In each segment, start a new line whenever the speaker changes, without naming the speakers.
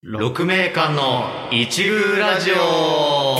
六名館の一流ラジオ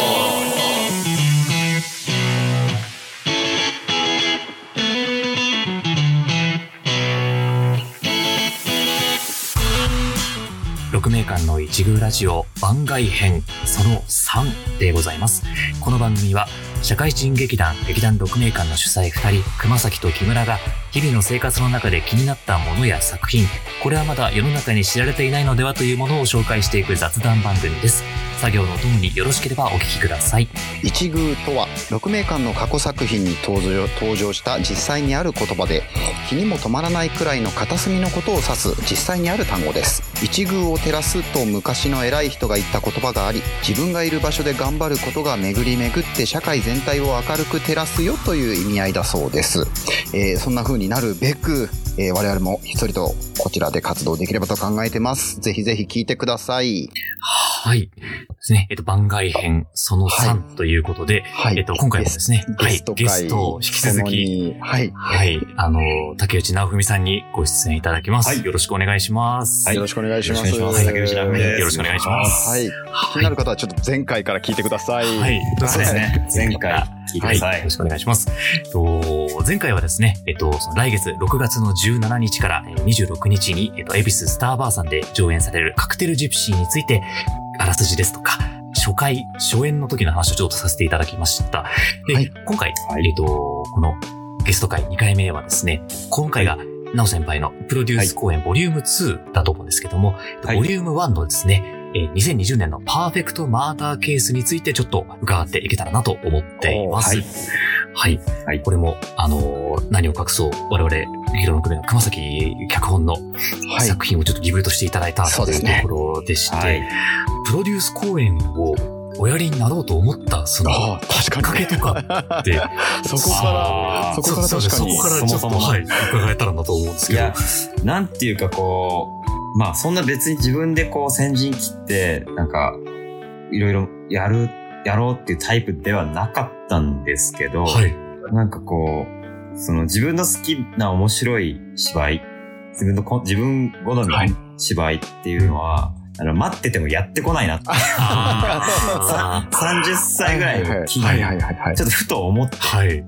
6名間の一宮ラジオ番外編その3でございますこの番組は社会人劇団劇団6名間の主催2人熊崎と木村が日々の生活の中で気になったものや作品これはまだ世の中に知られていないのではというものを紹介していく雑談番組です作業のともによろしければお聞きください
一宮とは6名間の過去作品に登場登場した実際にある言葉で気にも止まらないくらいの片隅のことを指す実際にある単語です一宮を照らすと昔の偉い人が言った言葉があり自分がいる場所で頑張ることが巡り巡って社会全体を明るく照らすよという意味合いだそうです、えーそんな風になるべく、えー我々もひっそりとこちらで活動できればと考えてますぜひぜひ聞いてください
はいですねえっと番外編その3ということで、
は
えっと今回もですね
ゲ
は
ス
い
ト
ゲ
会
ストを引き続き
きはい
はい。あの、竹内直文さんにご出演いただきます。
はい
よろしくお願いします。
よろしくお願いします。
よろしくお願いします竹内ラーメンです
よろしくお願いします。
はい。気になる方はちょっと前回から聞いてください。
はい。
そうですね
前回
前
か
回
ら
聞いてくださ
はいい。よろしくお願いします。えっと、前回はですね、えっと、その来月6月の17日からえー26日に、えっと、恵比寿スターバーさんで上演されるカクテルジプシーについて、あらすじですとか、初回、初演の時の話をちょっとさせていただきました。で、
はい
今回、えっと、このゲスト会2回目はですね、今回が、なお先輩のプロデュース公演ボリューム2だと思うんですけども、
はい
ボリューム1のですね、えー2020年のパーフェクトマーダーケースについてちょっと伺っていけたらなと思っています。
お
はい。
はい
これも、あのー何を隠そう、我々、ヒロの組の熊崎脚本の
はい。
作品をちょっとリブートしていただいた
そう
と
で
い
す
う
ね
ところでして、
はい。
プロデュース公演をおやりになろうと思った、その、
ああ、
きっ
確
か
かに。
けとかって、
そこから、
あ
そ
ー
こから
そうで
確
す
かに。
そこからちょっ
そ
と、
もそも
はい、伺えたらなと思うんです
い
けど。
や、なんていうかこう、まあそんな別に自分でこう先陣切って、なんか、いろいろやる、やろうっていうタイプではなかったんですけど、
はい。
なんかこう、その自分の好きな面白い芝居、自分のこ自分好み
はい
の芝居っていうのは、あの待っててもやってこないなって、
あ
30歳ぐらいを機に、
はいはいはいはい。
ちょっとふと思って、
ーはい。
い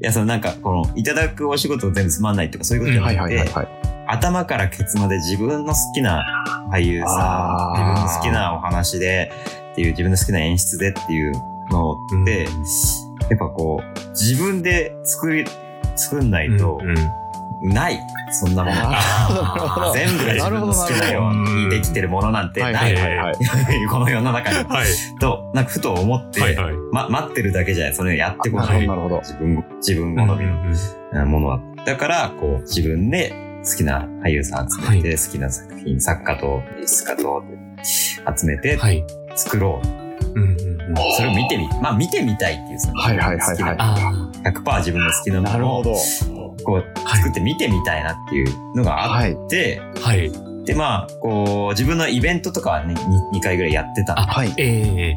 や、そのなんか、この、いただくお仕事全部つまんないとか、そういうことじゃな
はい
く
はいはい
て、
はい。
頭からケツまで自分の好きな俳優さ
あ
ん、
ー
自分の好きなお話で、っていう、自分の好きな演出でっていうのって、
う
やっぱこう、自分で作り、作んないと、
うんうん
ない、そんなもの。
あー
全部が自分の好きなようにできてるものなんて
はい
な、
はいいはいはい。
この世の中に。
はい。
と、なんかふと思って、
はいはい。
ま、待ってるだけじゃない、それをやってこ
な
な
る
い。
ほ
は
ど
い
なるほど。
自分、自分好みのものは。だから、こう、自分で好きな俳優さん集めて、好きな作品、作家と、演出家と、集めて
はい。
作ろう。
うんうんうん。
それを見てみ、まあ見てみたいっていう、その、
はいはいはい
好きな
はい
あ
100%自分の好きな
な
も
る
の
ほ
を、
ど。
こう、作って見てみたいなっていうのがあ
はい。
って、
あ、はい。
で、まあ、こう、自分のイベントとかはね、2回ぐらいやってたんで
あ、
はい。
ええ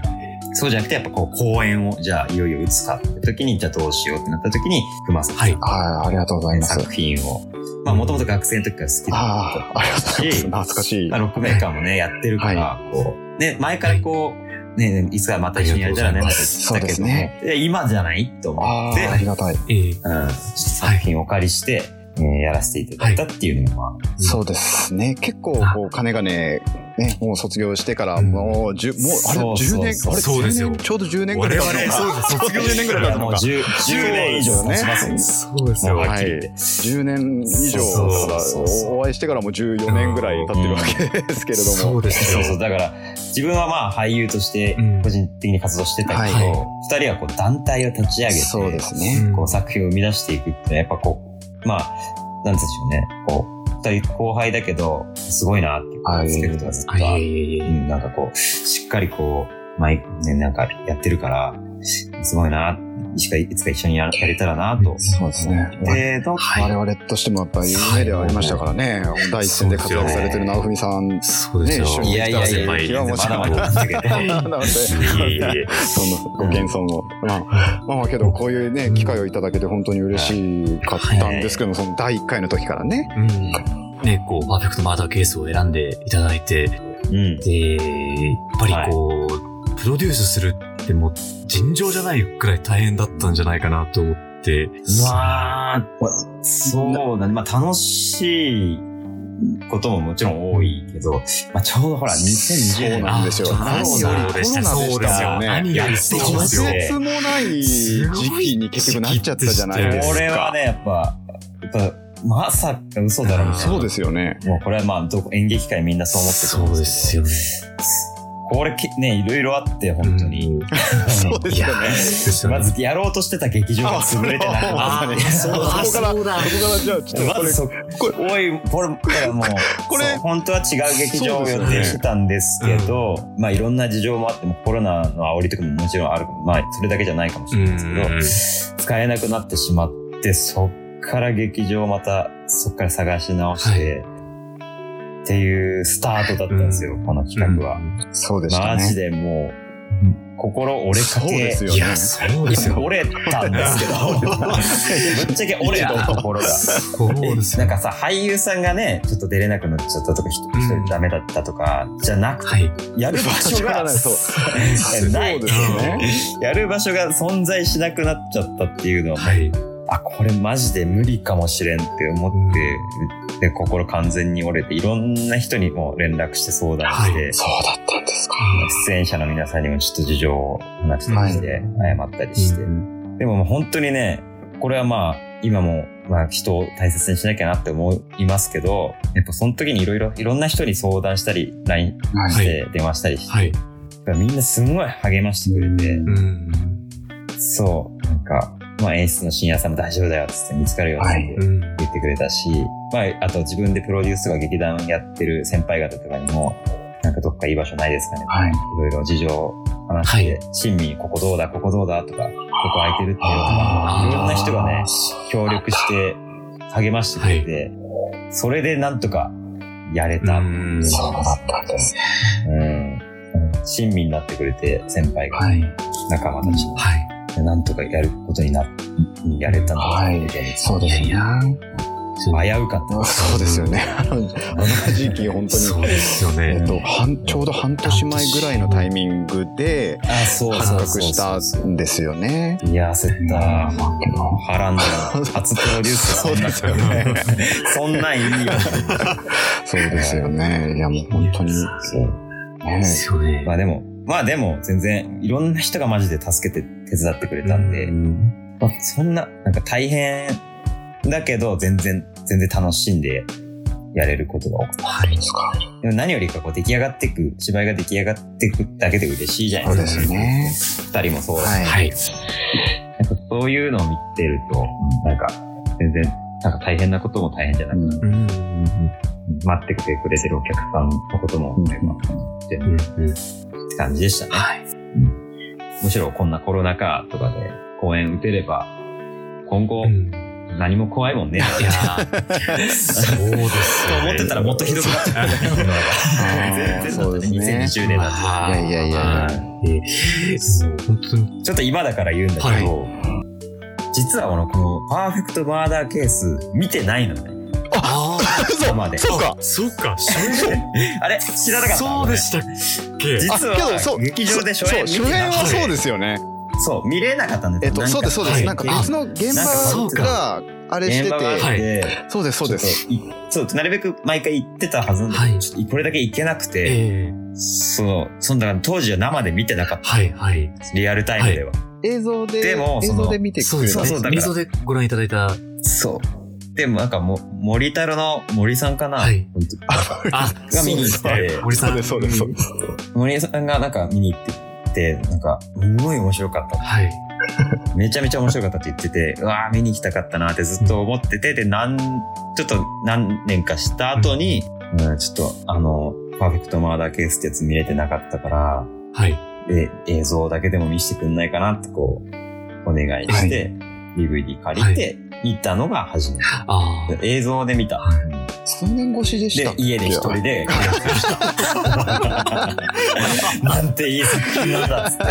そうじゃなくて、やっぱこう、公演を、じゃあ、いよいよ打つかって時に、じゃあどうしようってなった時に、熊さん
はい。
はい、ありがとうござい
の
ます。
作品を、まあ、もともと学生の時から好きだった
ああ、ありがとうございます。 懐かしい
ま。あ、ロックメーカーもね、やってるから、こう、ね、前からこう、ね、いつかまた一緒にやるじゃないなんて言ってたけども、
そうで
いや今じゃないと思
ああ、
っ
あ
て、
りがたい。
ええ
うん、作品をお借りして、えーやらせていただいたっていうのは、
そうですね。結構、こう、金がね、ね、もう卒業してから、
うん
もう、じゅ、もう、あれ、
そう
10
そうそ
年、
う
あれ、
そうですよ
10年ちょうど10年ぐらい
我
経つの
々
か。
そうです卒業10年ぐらい
経
経
つの
もう
か。
10、10年以上経ちますよね。
そうです
もう
よ。
はっきり
は
言
い
って。
10年以上
そう
だから
そうそう
お会いしてからもう14年ぐらい経ってるわけですけれども、
そうですよ
そう。そう、だから、自分はまあ俳優として
うん
個人的に活動してたけど、
はい
二人はこう団体を立ち上げて、
そうですね
こう作品を生み出していくっていうのはやっぱこう、まあ、なんて言うんでしょうね、こう、二人後輩だけど、すごいなっていう
はい
リスペクトがずっとあ
あ、いえ
って
いえいえ
う。んなんかこう、しっかりこう、毎年なんかやってるから、すごいな、いつかいつか一緒にややれたらなと。
そうですね
で、の
はい
我々としてもやっぱ有名ではありましたからね、第一線で活躍されてる直文さん
そうですよ。
ね一緒に
いやいやい
先
や
輩
いや、ま
もち
だ
ろん
まだなんだけど。
なので
いえいえいえ。
そのご謙遜を、まあ、まあまあけどこういうね機会をいただけて本当に嬉しかったんですけどもその第1回の時からね
うん。ね、こう、パーフェクトマーダーケースを選んでいただいて、
うん。
で、やっぱりこう、プロデュースするってもう尋常じゃないくらい大変だったんじゃないかなと思って。
うわーそうだね。まあ楽しいことももちろん多いけど、まあちょうどほら、2020
そう
年
なんですよ。
あー
何よりコロナでした
そうですよ
よね。
何よりそう
ですよ
とてつもない時期に結局なっちゃったじゃないですか。
これはね、やっぱ、やっぱ、まさか嘘だろみたいな
そうですよね。
もうこれはまあ、どこ演劇界みんなそう思ってると思
そう
んで
ですす
けど
よね。
これきね、いろいろあって、本当に。
うん
そうですよ
いや
ね。
ですよね
まず、やろうとしてた劇場が潰れてな
あそ
か
れは
っ
ね
た。
そうだそこから
うだ
そこからじゃあちょっとこ
ま
れ
ずそ
こ
おい、これ、これはもう、
これ
そう本当は違う劇場を予定してたんですけど、まあいろんな事情もあって、もうコロナの煽りとかももちろんある、まあそれだけじゃないかもしれないですけど、使えなくなってしまって、そっから劇場をまた、そっから探し直して、っていうスタートだったんですよ、この企画は。
そうでした
マジ
ね。
でも
う
う、心折れか
そうで
け
す、よ
い
ね。
や、そうですよ。
折れたんですけ ど、ぶっちゃけ折れたところが。
そうですよ。
なんかさ、俳優さんがね、ちょっと出れなくなっちゃったとか、ひと一
う
人
ん
ダメだったとか、じゃなく
はい。
て、やる場所が、
そうそう
ない
で。すよね。
やる場所が存在しなくなっちゃったっていうのは、
はい。
あ、これマジで無理かもしれんって思って、で、心完全に折れて、いろんな人にも連絡して相談して、
はい
そうだったんですか。
出演者の皆さんにもちょっと事情を話したりして、謝ったりして、でももう本当にね、これはまあ、今も、まあ、人を大切にしなきゃなって思いますけど、やっぱその時にいろいろ、いろんな人に相談したり、LINE
はい
して電話したりして、
はい。
みんなすんごい励ましてくれて、
うん。
そう、なんか、まあ演出の深夜さんも大丈夫だよって言って見つかるよって
うん。
言ってくれたし、まあ、あと自分でプロデュースとか劇団やってる先輩方とかにも、なんかどっかいい場所ないですかね
はい。
いろいろ事情を話して、親身ここどうだ、ここどうだとか、ここ空いてるっていうとか
あ、ー
いろんな人がね、協力して励ましてくれて、それでなんとかやれた。うん。
ん
そうだったんですね。
親身になってくれて、先輩が、
はい。
仲間たち
はい。
に、なんとかやることにな、やれたのが、
はいそうですね。
危うかった。
そうですよね。あのあの時期本当に。
そうですよ
えっ
ね。
と、半ちょうど半年前ぐらいのタイミングで
あ、そう
発
そう
覚
そう
したんですよね。
いや、焦った。はらんだな。初プロデュース
そうですよね。
そんなんいいよ。
そうですよね。いや、もう本当に。
そう
で
ね
すよね
ま。あでも、まあでも、全然、いろんな人がマジで助けて、手伝ってくれたんで、
うん
まあそんな、なんか大変だけど、全然、全然楽しんでやれることが多くて。
はい。
でも何よりかこう出来上がっていく、芝居が出来上がっていくだけで嬉しいじゃな
そ
いうで
ですす
か。
ね。
二人もそうだし、
は。
はいい。
なんかそういうのを見てると、なんか、全然、なんか大変なことも大変じゃなくて、
うん
うん。
待っててくれてるお客さんのことも、
うん
なんか
うん。
って感じでしたね。
はい。
むしろこんなコロナ禍とかで公演打てれば、今後何も怖いも んね。
いやーそうですよね。
思ってたらもっとひどくなっちゃった。
あーそうですね。
2020年なん
まあ
いやいやいや
まあえーもう本当に。
で。ちょっと今だから言うんだけど、実はこの、このパーフェクトマーダーケース見てないのね。
ああ、
今まで。
そうか。
そうか。
あれ知らなかった
そうでしたっけ。
実は
あけどそう
劇場で初演
そう、初演はそうですよね。
そう、見れなかったんだ
え
よ
っと、そうです、そうです。な
なんん
か
か
別の現
なんかそう
場が
か、
あれし
現
て
場が
て、
あって、
そうです、そうです。
ちょっといそう、なるべく毎回行ってたはずなんだけど
はい
ちょっとこれだけ行けなくて、
ええ
そう、そんだから当時は生で見てなかった。
はいはい。
リアルタイムでは。
映像で
で、も
映
その
像で見てく
そう
れ
です
る
そうそうだか
ね。
ら
映像でご覧いただいた。
そう。でもなんかも、森太郎の森さんかな、
はい
本当
あ、
が見に行って
森さん。。
そうですそうです
森さんがなんか見に行って、なんか、すごい面白かった。
はい。
めちゃめちゃ面白かったって言ってて、うわー見に行きたかったなってずっと思ってて、で、なん、ちょっと何年かした後に、うん、ちょっとあの、パーフェクトマーダーケースってやつ見れてなかったから、
はい。
で、映像だけでも見せてくんないかなってこう、お願いして、DVD 借りて、見たのが初めて。
ああ。
映像で見た。
数年越しでした
で
っ、け
家で一人で完結した。 なんていい作品なんだっつって。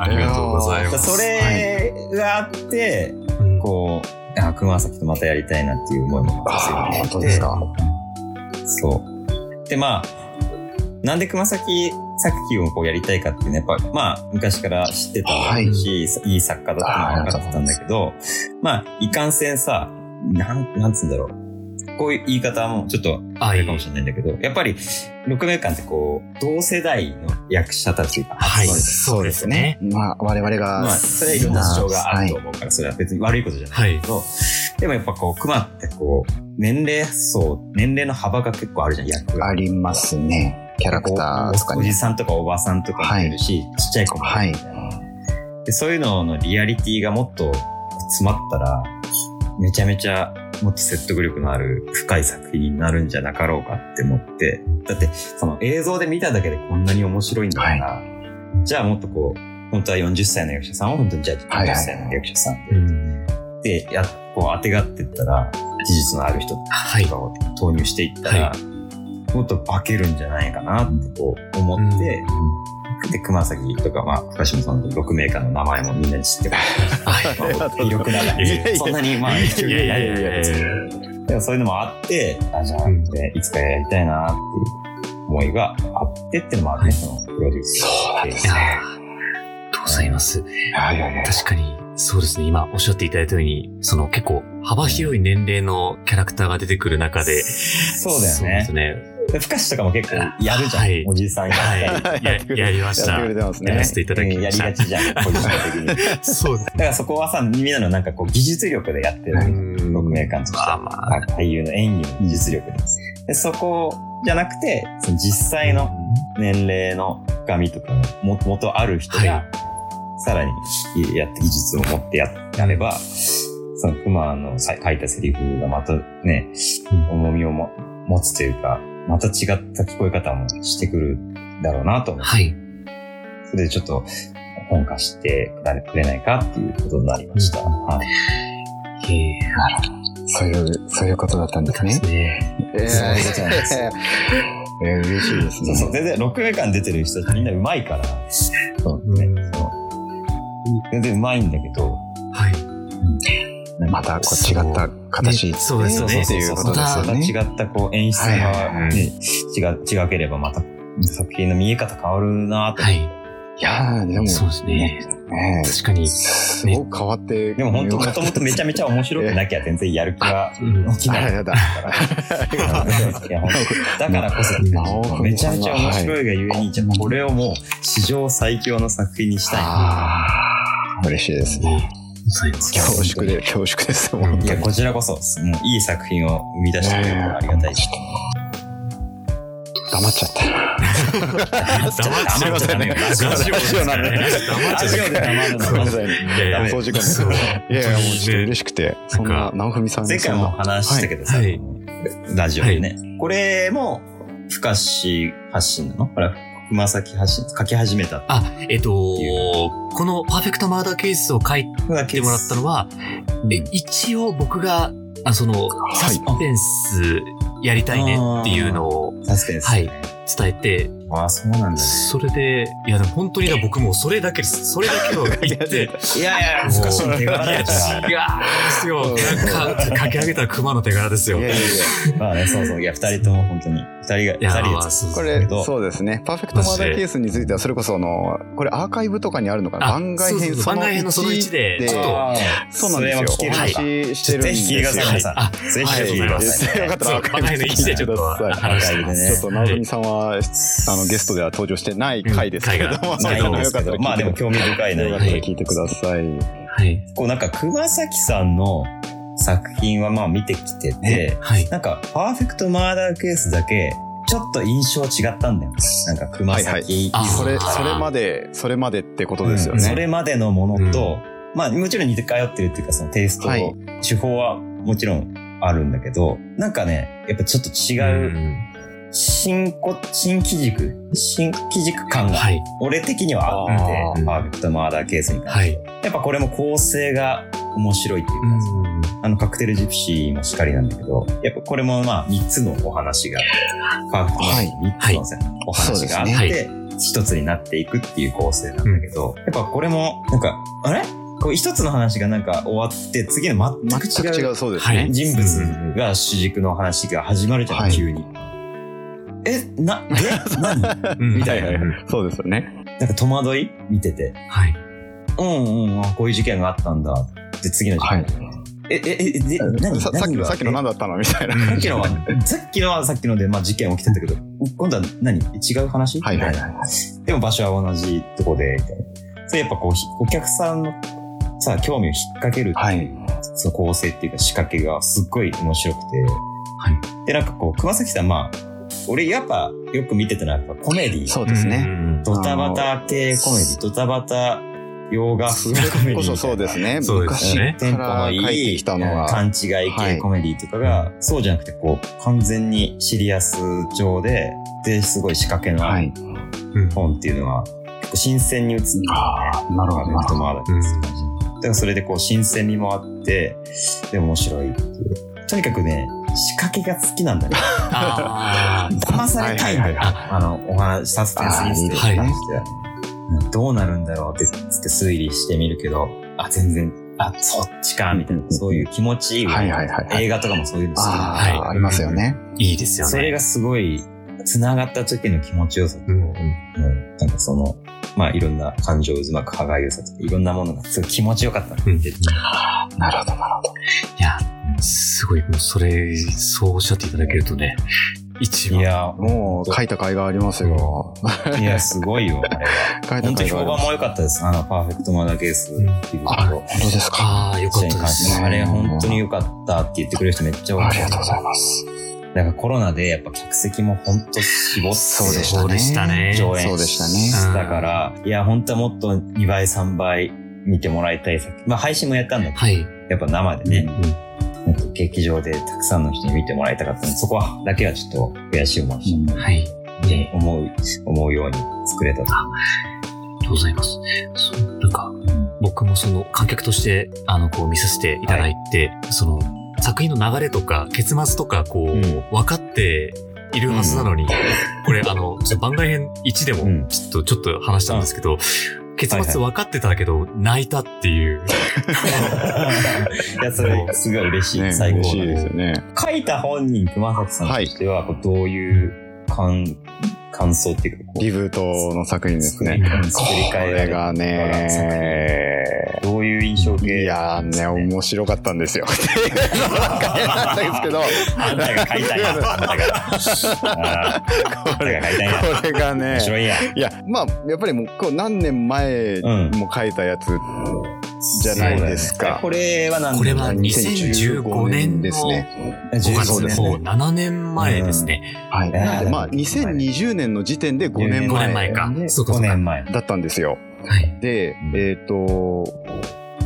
ありがとうございます。
それがあって、
うん
こう、あ、熊崎とまたやりたいなっていう思いも
ああ、本
強
当
くな
で
っ
す
て
か。
そう。で、まあ、なんで熊崎作品をこうやりたいかっていうね、やっぱ、まあ、昔から知ってたし、
はい
い、い作家だったのは分かってたんだけど、まあ、いかんせんさ、なん、なんつうんだろう。こういう言い方もちょっとあ
あ
れかもしれないんだけど、やっぱり、6名間ってこう、同世代の役者たちが
はい、
集まるじ
そうですね。
まあ、我々
ゃ
が、
ん。まあ、それはいろんな事情があると思うから、それは別に悪いことじゃない
はい
け。ど、でもやっぱこう、熊ってこう、年齢層、年齢の幅が結構あるじゃん、役が。
ありますね。キャラクターとか
おじ
ね。
さんとかおばさんとかもいるし、ちっちゃい子もいるみたいなでそういうののリアリティがもっと詰まったらめちゃめちゃもっと説得力のある深い作品になるんじゃなかろうかって思ってだってその映像で見ただけでこんなに面白いんだから、じゃあもっとこう本当は40歳の役者さんを本当にじゃあ
はいはい
40歳の役者さん
うん
でやこう当てがってったら事実のある人
はい
と。かを投入していったら、
は
もっと化けるんじゃないかなってこう思って、で熊崎とか、まあ、深島さんの6名間の名前もみんなに知っ ても
はい。
らって、魅力ながら
いやいやいや
そんなに、まあ、一応
いやいやいやいや
別にでもそういうのもあって、あ、じゃあ、
うん
ねいつかやりたいなっていう思いがあってっていうのもあるね、そのプロデュース。
そうなんです
いや
ね。
ーありがとうございます。
はいはいはい。
確かに、そうですね。今おっしゃっていただいたように、その結構幅広い年齢のキャラクターが出てくる中で。
そうだよ
そ
ね。
うですね。
でふかしとかも結構やるじゃん、
はい
おじいさんやったり。
はい。ややりまし。
やったてくれ
や
てます
や
ね
ら。せていただき
うんや
ま
り
し
が
た。
ちじゃん、ポジション的に。だか
そうです
らそこはさ、みんなのなんかこう技術力でやってる。
ね。
6名間として
まあまあ。
俳優の演技の技術力です。でそこじゃなくて、その実際の年齢の深みとかも元ある人
は
が、さらにやって技術を持ってややれば、その熊のさ書いたセリフがまたね、
うん
重みをも持つというか、また違った聞こえ方もしてくるだろうなと思う。
はい。
それでちょっと本化してくれないかっていうことになりました。はい
え
そういう、そういうことだったんで
ー
す
で
ね
す。ね。
えー
そういうことなんですよ
えー嬉しいです
そうそう、
ね。
全然6名間出てる人たちみんな上手いから、そうね
うん
その全然上手いんだけど、
はい。
なんか
またこう違った形
ねそうですよね。
そうそうそ
とい
う
うことですよね
また違ったこう演出が、ね
はいはいはい
違違ければまた作品の見え方変わるなと、
はい。
いやー、でも、
そうですね。
ね
確かに。
すごく変わって、
でも本当もともとめちゃめちゃ面白くなきゃ全然やる気が起き
ゃ。あ
ない。
ら
い
やだ。
や本当だからこ
なお
そ、めちゃめちゃ面白いがゆえに、じゃあこれをもう史上最強の作品にしたい。
あー嬉しいですね。
そうです
や
恐縮で、恐縮です。本
い
当
や、
に。
こちらこそ、もういい作品を生み出してくれるのがありがたいし。
黙っちゃった。
黙っちゃダメよ。ラジオですからね黙っちゃ
ラ
ダ
ジオ
メ
で黙るの
すみま
は
せん。
いやいや
ダメ
放送時間です
そう。
いやいや、もうちょっと嬉しくて、そん
なん
な
か、
直文さん
前回も
そんな
話したけどさ、
はい
ラジオでね、これも、ふかし発信なのこれは、熊崎発信、書き始めたって
あ、えっと、このパーフェクトマーダーケースを書い
い
てもらったのは、え一応僕が、あその、
い
サスペンスやりたいねっていうのを
サスペンス。
はい。伝えて、
ああ、そうなんだね。
それで、いや、でも本当にな僕もそれだけです。それだけを言って、
いやいや、
も
ふ
う
かしの手柄
いや、違
だ
う
よ
んで
そ
すよ。なんか、書き上げたら熊の手柄ですよ。
いやいやいや。
れまあね、そうそう。いや、二人とも本当に、二人
いや
が、二
ま
人
あ
で
そう
こ
だ
れ
けど
そうですね。パーフェクトマーダーケースについては、それこそ、あの、これアーカイブとかにあるのかな
あ
番外編
そうそう
その
番外編のその1で
で
ちょっと
ああ
そうなんですよ。
それ
お
は聞ける
話ししてるんです
ぜひ聞いてください皆さん
あ、
ぜひ聞いてください
はい
ね。
よかった
そ
ら
う、
アーカイ
番
ブ
外の1でちょっと話してます。
ね
ちょっと直文さんは、あの、ゲストでは登場してない回ですけれども、
うん回が
あの
ない
で
よ
す
か
け
ったら
ど、まあでも興味深いな。
よかったら聞いてください。
はい。
こうなんか熊崎さんの作品はまあ見てきてて、
はい。
なんかパーフェクトマーダーケースだけちょっと印象違ったんだよね。なんか熊
はい
崎、
あ
それ、
あー
それまで、それまでってことですよ
うんそ
ね。
れまでのものと、まあもちろん似て通ってるっていうかそのテイスト、
は
の
い
手法はもちろんあるんだけど、なんかね、やっぱちょっと違う、
ん
新こ、新基軸、新基軸感が
はい。
俺的にはあっ
あー
て、パーフェクトマーダーケースに関して
はい。
やっぱこれも構成が面白いっていうか、あの、カクテルジプシーもしっかりなんだけど、やっぱこれもまあ、3つのお話が、パーフェクトマッチに
はい
3つのお話があっ
そうで
て、一つになっていくっていう構成なんだけど、やっぱこれも、なんか、あれこう一つの話がなんか終わって、次の全く
全く
違
違
う
うそうです
は
ね
い。
人物が主軸の話が始まるじゃん、
はい
急に。え、な、 え、何なんか
うん
みたいな
うん
そうですよね。
戸惑い見てて。
はい。
うんうん、あこういう事件があったんだ。で、次の事件。
はい。
え、え、え、で、何
ささっきの、さっきの何だったのみたいな。
さっきのは、さっきのはさっきので、まあ事件起きてたけど、今度は何違う話
はいはい
みたなでも場所は同じとこで、みたいな。それやっぱこうひ、お客さんのさ、興味を引っ掛ける、
はい。
その構成っていうか仕掛けがすっごい面白くて。で、なんかこう、熊崎さん、まあ、俺やっぱよく見てたのはやっぱコメディ。
そうですね。
ね。
ドタバタ系コメディ、ドタバタ洋画
そ
風
れ
コメディみたいな。
こそそうですね。
そうです
昔
よね
テンポの
から帰っ
い
て
い
きたのは
勘違い
はい
系コメディとかが、そうじゃなくてこう完全にシリアス上でですごい仕掛けのあ
は
る
い。
うん
本っていうのは結構新鮮に映ってるんだよね。
ああ、なる
コ
ほ
メ
ど
ン
な。
トもあるんですけどだからそれでこう新鮮味もあってで面白いっていうとにかくね仕掛けが好きなんだね
あー
騙されたいんだよ、
はいはい
あのお話サスペンスにして
あーいいですね
うんどうなるんだろうってつって推理してみるけどあ全然あそっちかみたいなそういう気持ちいい
はいはいはいはい。
映画とかもそういうの好きな
あ
は
あ、
い
ありますよね。
いいですよね。
それがすごい、繋がった時の気持ちよさ
う
と、うん
うん
んなんかその、まあいろんな感情渦巻く歯がゆさとか、いろんなものがすごい気持ちよかったの
うん
で、
なるほどなる
いや、すごい、もうそれ、そうおっしゃっていただけるとね、一番。
いや、
ほど。もう書いた甲斐がありますよ。
う、いや、すごいよ、あれ は。
書いた甲
本当に
斐がありま
評判
す。
も良かったです。あの、パーフェクトマナーケースっていうとこ
あ、
ろ
本。当ですか。
ああ、よかったで
試合に関し
す。
て
ね
あれ本当に良かったって言ってくれる人めっちゃ多い
ありがとうございます。
なんかコロナでやっぱ客席も本当絞って
そうでした
そ
ね
うでしたね。
上
そ
演
うでしたね
だから、いや、本当はもっと2倍、3倍見てもらいたい作品。まあ、配信もやったんだけど、
はい。
やっぱ生でね、
うん
なんか劇場でたくさんの人に見てもらいたかったので、そこはだけはちょっと悔しい思いをし
はい。
たね思う、思うように作れたと。
ありがとうございます。そうなんか、僕もその観客として、あの、こう見させていただいて、その、作品の流れとか、結末とか、こう、
うん
分かっているはずなのに、これ、あの、ちょっと番外編1で
う
も、
ん
ちょっと、ちょっと話したんですけど、結末分かってたけど、泣いたっていう。
いや、それ、すごい嬉しい。
ね
最
嬉
高
しいです
だ
よね。
書いた本人、熊崎さんとしては、こうどういう感、感想っていうか、こ
リブートの作品
う、
です
作り
ね。
作り
こ
替えら
れ
れ
が
た作品
ね、
どういう印象系
いやーね、面白かったんですよ。なんか変なんですけど、
あんたが買いたいな。あんたが。あーあんたが買いたいな。
これがね
面、白いや。
いや、まあ、やっぱりもうこう何年前
うん
も書いたやつ、じゃないですか
そうだねこれは何
これは
2015
2015
年
年
で
の
すね。
15
そうですね
もう7年前ですね。
はい。
えー
なんでまあ、2020年の時点で5
5
年
年
前
前か。そうか
5
そうか。
年前。
だったんですよ。
はい。
で
う、ん
えっ、と、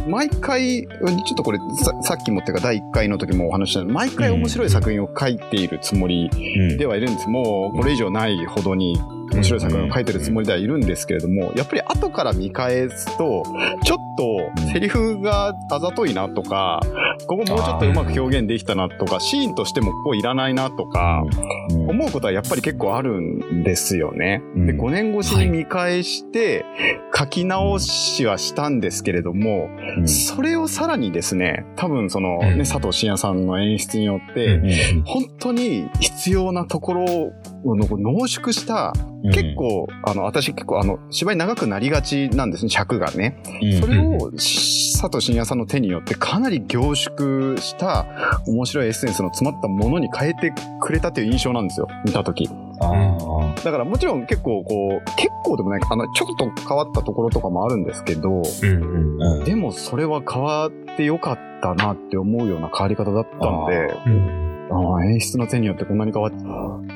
毎回、ちょっとこれささっきもっていうか第1回の時もお話しした毎回面白い作品を書いているつもりではいるんです。もうこれ以上ないほどに面白い作品を書いてるつもりではいるんですけれども、やっぱり後から見返すと、ちょっとセリフがあざといなとか、ここもうちょっとうまく表現できたなとか、シーンとしてもここいらないなとか、
うん
思うことはやっぱり結構あるんですよね。
うん
で、5年越しに見返して、書き直しはしたんですけれども、
うん
それをさらにですね、多分その、ね
うん
佐藤慎也さんの演出によって、
うん
本当に必要なところを濃縮した、
うん
結構、あの、私結構あの、芝居長くなりがちなんですね、尺がね。
うん
それをし佐藤慎也さんの手によってかなり凝縮した面白いエッセンスの詰まったものに変えてくれたという印象なんですよ見た時
あー
だからもちろん結構こう結構でもないあのちょっと変わったところとかもあるんですけど
うんうん
うん
でもそれは変わってよかったなって思うような変わり方だったので
うん。
ああ演出の手によってこんなに変わ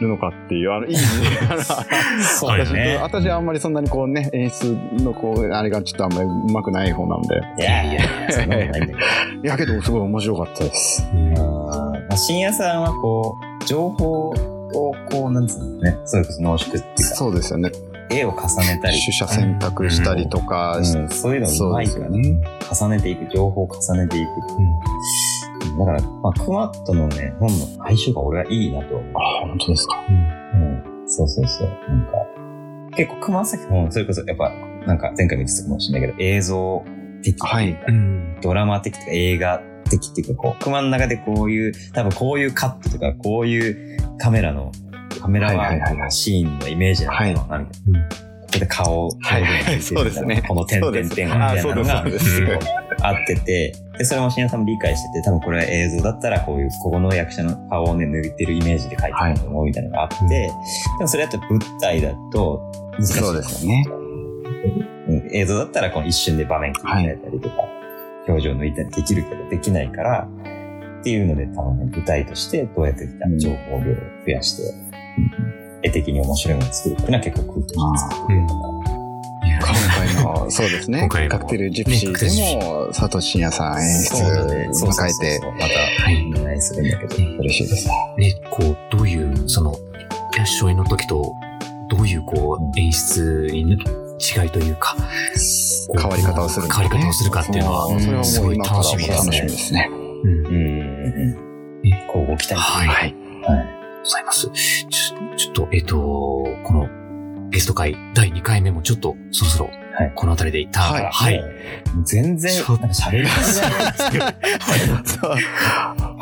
るのかっていうあのいい意味であの
そうだね。
私はあんまりそんなにこうね演出のこうあれがちょっとあんまりうまくない方なんで
いやいや、そんなことないんだけど。
いやけどすごい面白かったです。
あーまあ深夜さんはこう、情報をこう、なんつうのね、それこそ濃縮っていうか、
そうですよね。
絵を重ねたり、
取捨選択したりとか、
うんそういうのうまいからね。重ねていく、情報を重ねていく。だから、まあ、クマットのね、本の相性が俺はいいなと思う。
あ、本当ですか。
うん。そうそうそう。なんか、結構熊崎本、それこそやっぱ、なんか前回も言ってたかもしれないけど、映像的、
はい。
うん。
ドラマ的とか映画的っていうか、こう、熊の中でこういう、多分こういうカットとか、こういうカメラのカメラ
はいはいは
ワ
い
ークシーンのイメージなのかな、みたいなここで顔を
はいはい
表現して
そ
るみたいな
うですね
この点々点みたいなのが
そうです
そうです
うん合ってて、で、それも深夜さんも理解してて、多分これは映像だったらこういう、ここの役者の顔をね、抜いてるイメージで描いてると思うみたいなのがあって、
はい
でもそれだと物体だと難しい。
そうですよね。
うん映像だったらこの一瞬で場面切り替えたりとか、表情抜いたりできるけどできないから、っていうので多分ね、舞台としてどうやって情報量を増やして、絵的に面白いものを作るっていうのは結構空気に作ってるとか。
今回の、そうですね。
今回も
カクテルジプシーでも、佐藤真也さん演出
そうだねそう
を
そう
変え
そう
て
そ、うまた、
い
お願いするんだけど、
嬉しいですね。
ね、こう、どういう、その、初演の時と、どういう、こう、演出にね違いというか、こう
変わり方をするんだね
変わり方をするかっていうのは、
そうそれは
す
も
ご
う
い
今から
楽
も
しみで
楽
す
しみ
ね。
ですね。
うん
うんうんうん。こうご期待
はい。あり
い。
がとうございます。ちょ、ちょっと、えっと、この、ゲスト会第2回目もちょっと、そろそろ
い、
この辺りで一旦、
はい
はい。。
全然、
ち
なん
ょっ
か喋り方じ ゃないですけど。
そう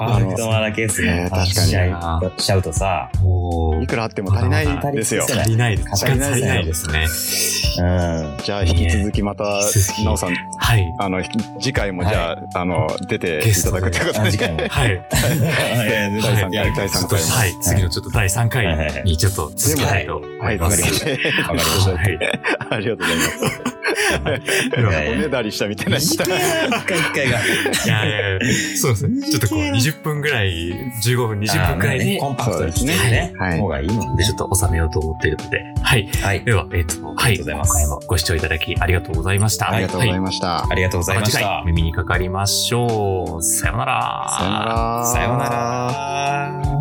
パーフェクトマナーケース
え
の
ー確かに
しちゃうしちゃうとさ、
おー
いくらあっても足りないですよ
足。
足りないです。
足
時間
りない
足りないですね。
うん。
じゃあ、引き続きまた、
引き続き
なおさん、
はい。
あの、次回もじゃあ、あの、出ていただくということ
あ
で。
次回も。
はい。
はい
第
は
三
い
回、第
ちょ
三
っと
回も。
はい。次のちょっと第3回にちょっと続けたいと思
はいい、
ま
わか
す
り。ました。
わかりまし
はい。
ありがとうござい
い
ま
や
や
い
す。
や
おねだりしたみたいな。
短いな一回一回が。
いやいやそうですね。ちょっとこう、20分ぐらい、15分、20分ぐらいで、
コンパクトにして
そうです
ね
ね。はい
方がいいもん
で
ね
ちょ。っと収めようと思っているので、はい。
はい。
では、えっと、はい。
ありがとうござい
今
ます
回もご視聴いただきありがとうございました。
ありがとうござい
は
ました。
ありがとうござい
ま
ま
た
し
次回
た。
耳にかかりましょう。さようなら。
さよなら。
さような。ら。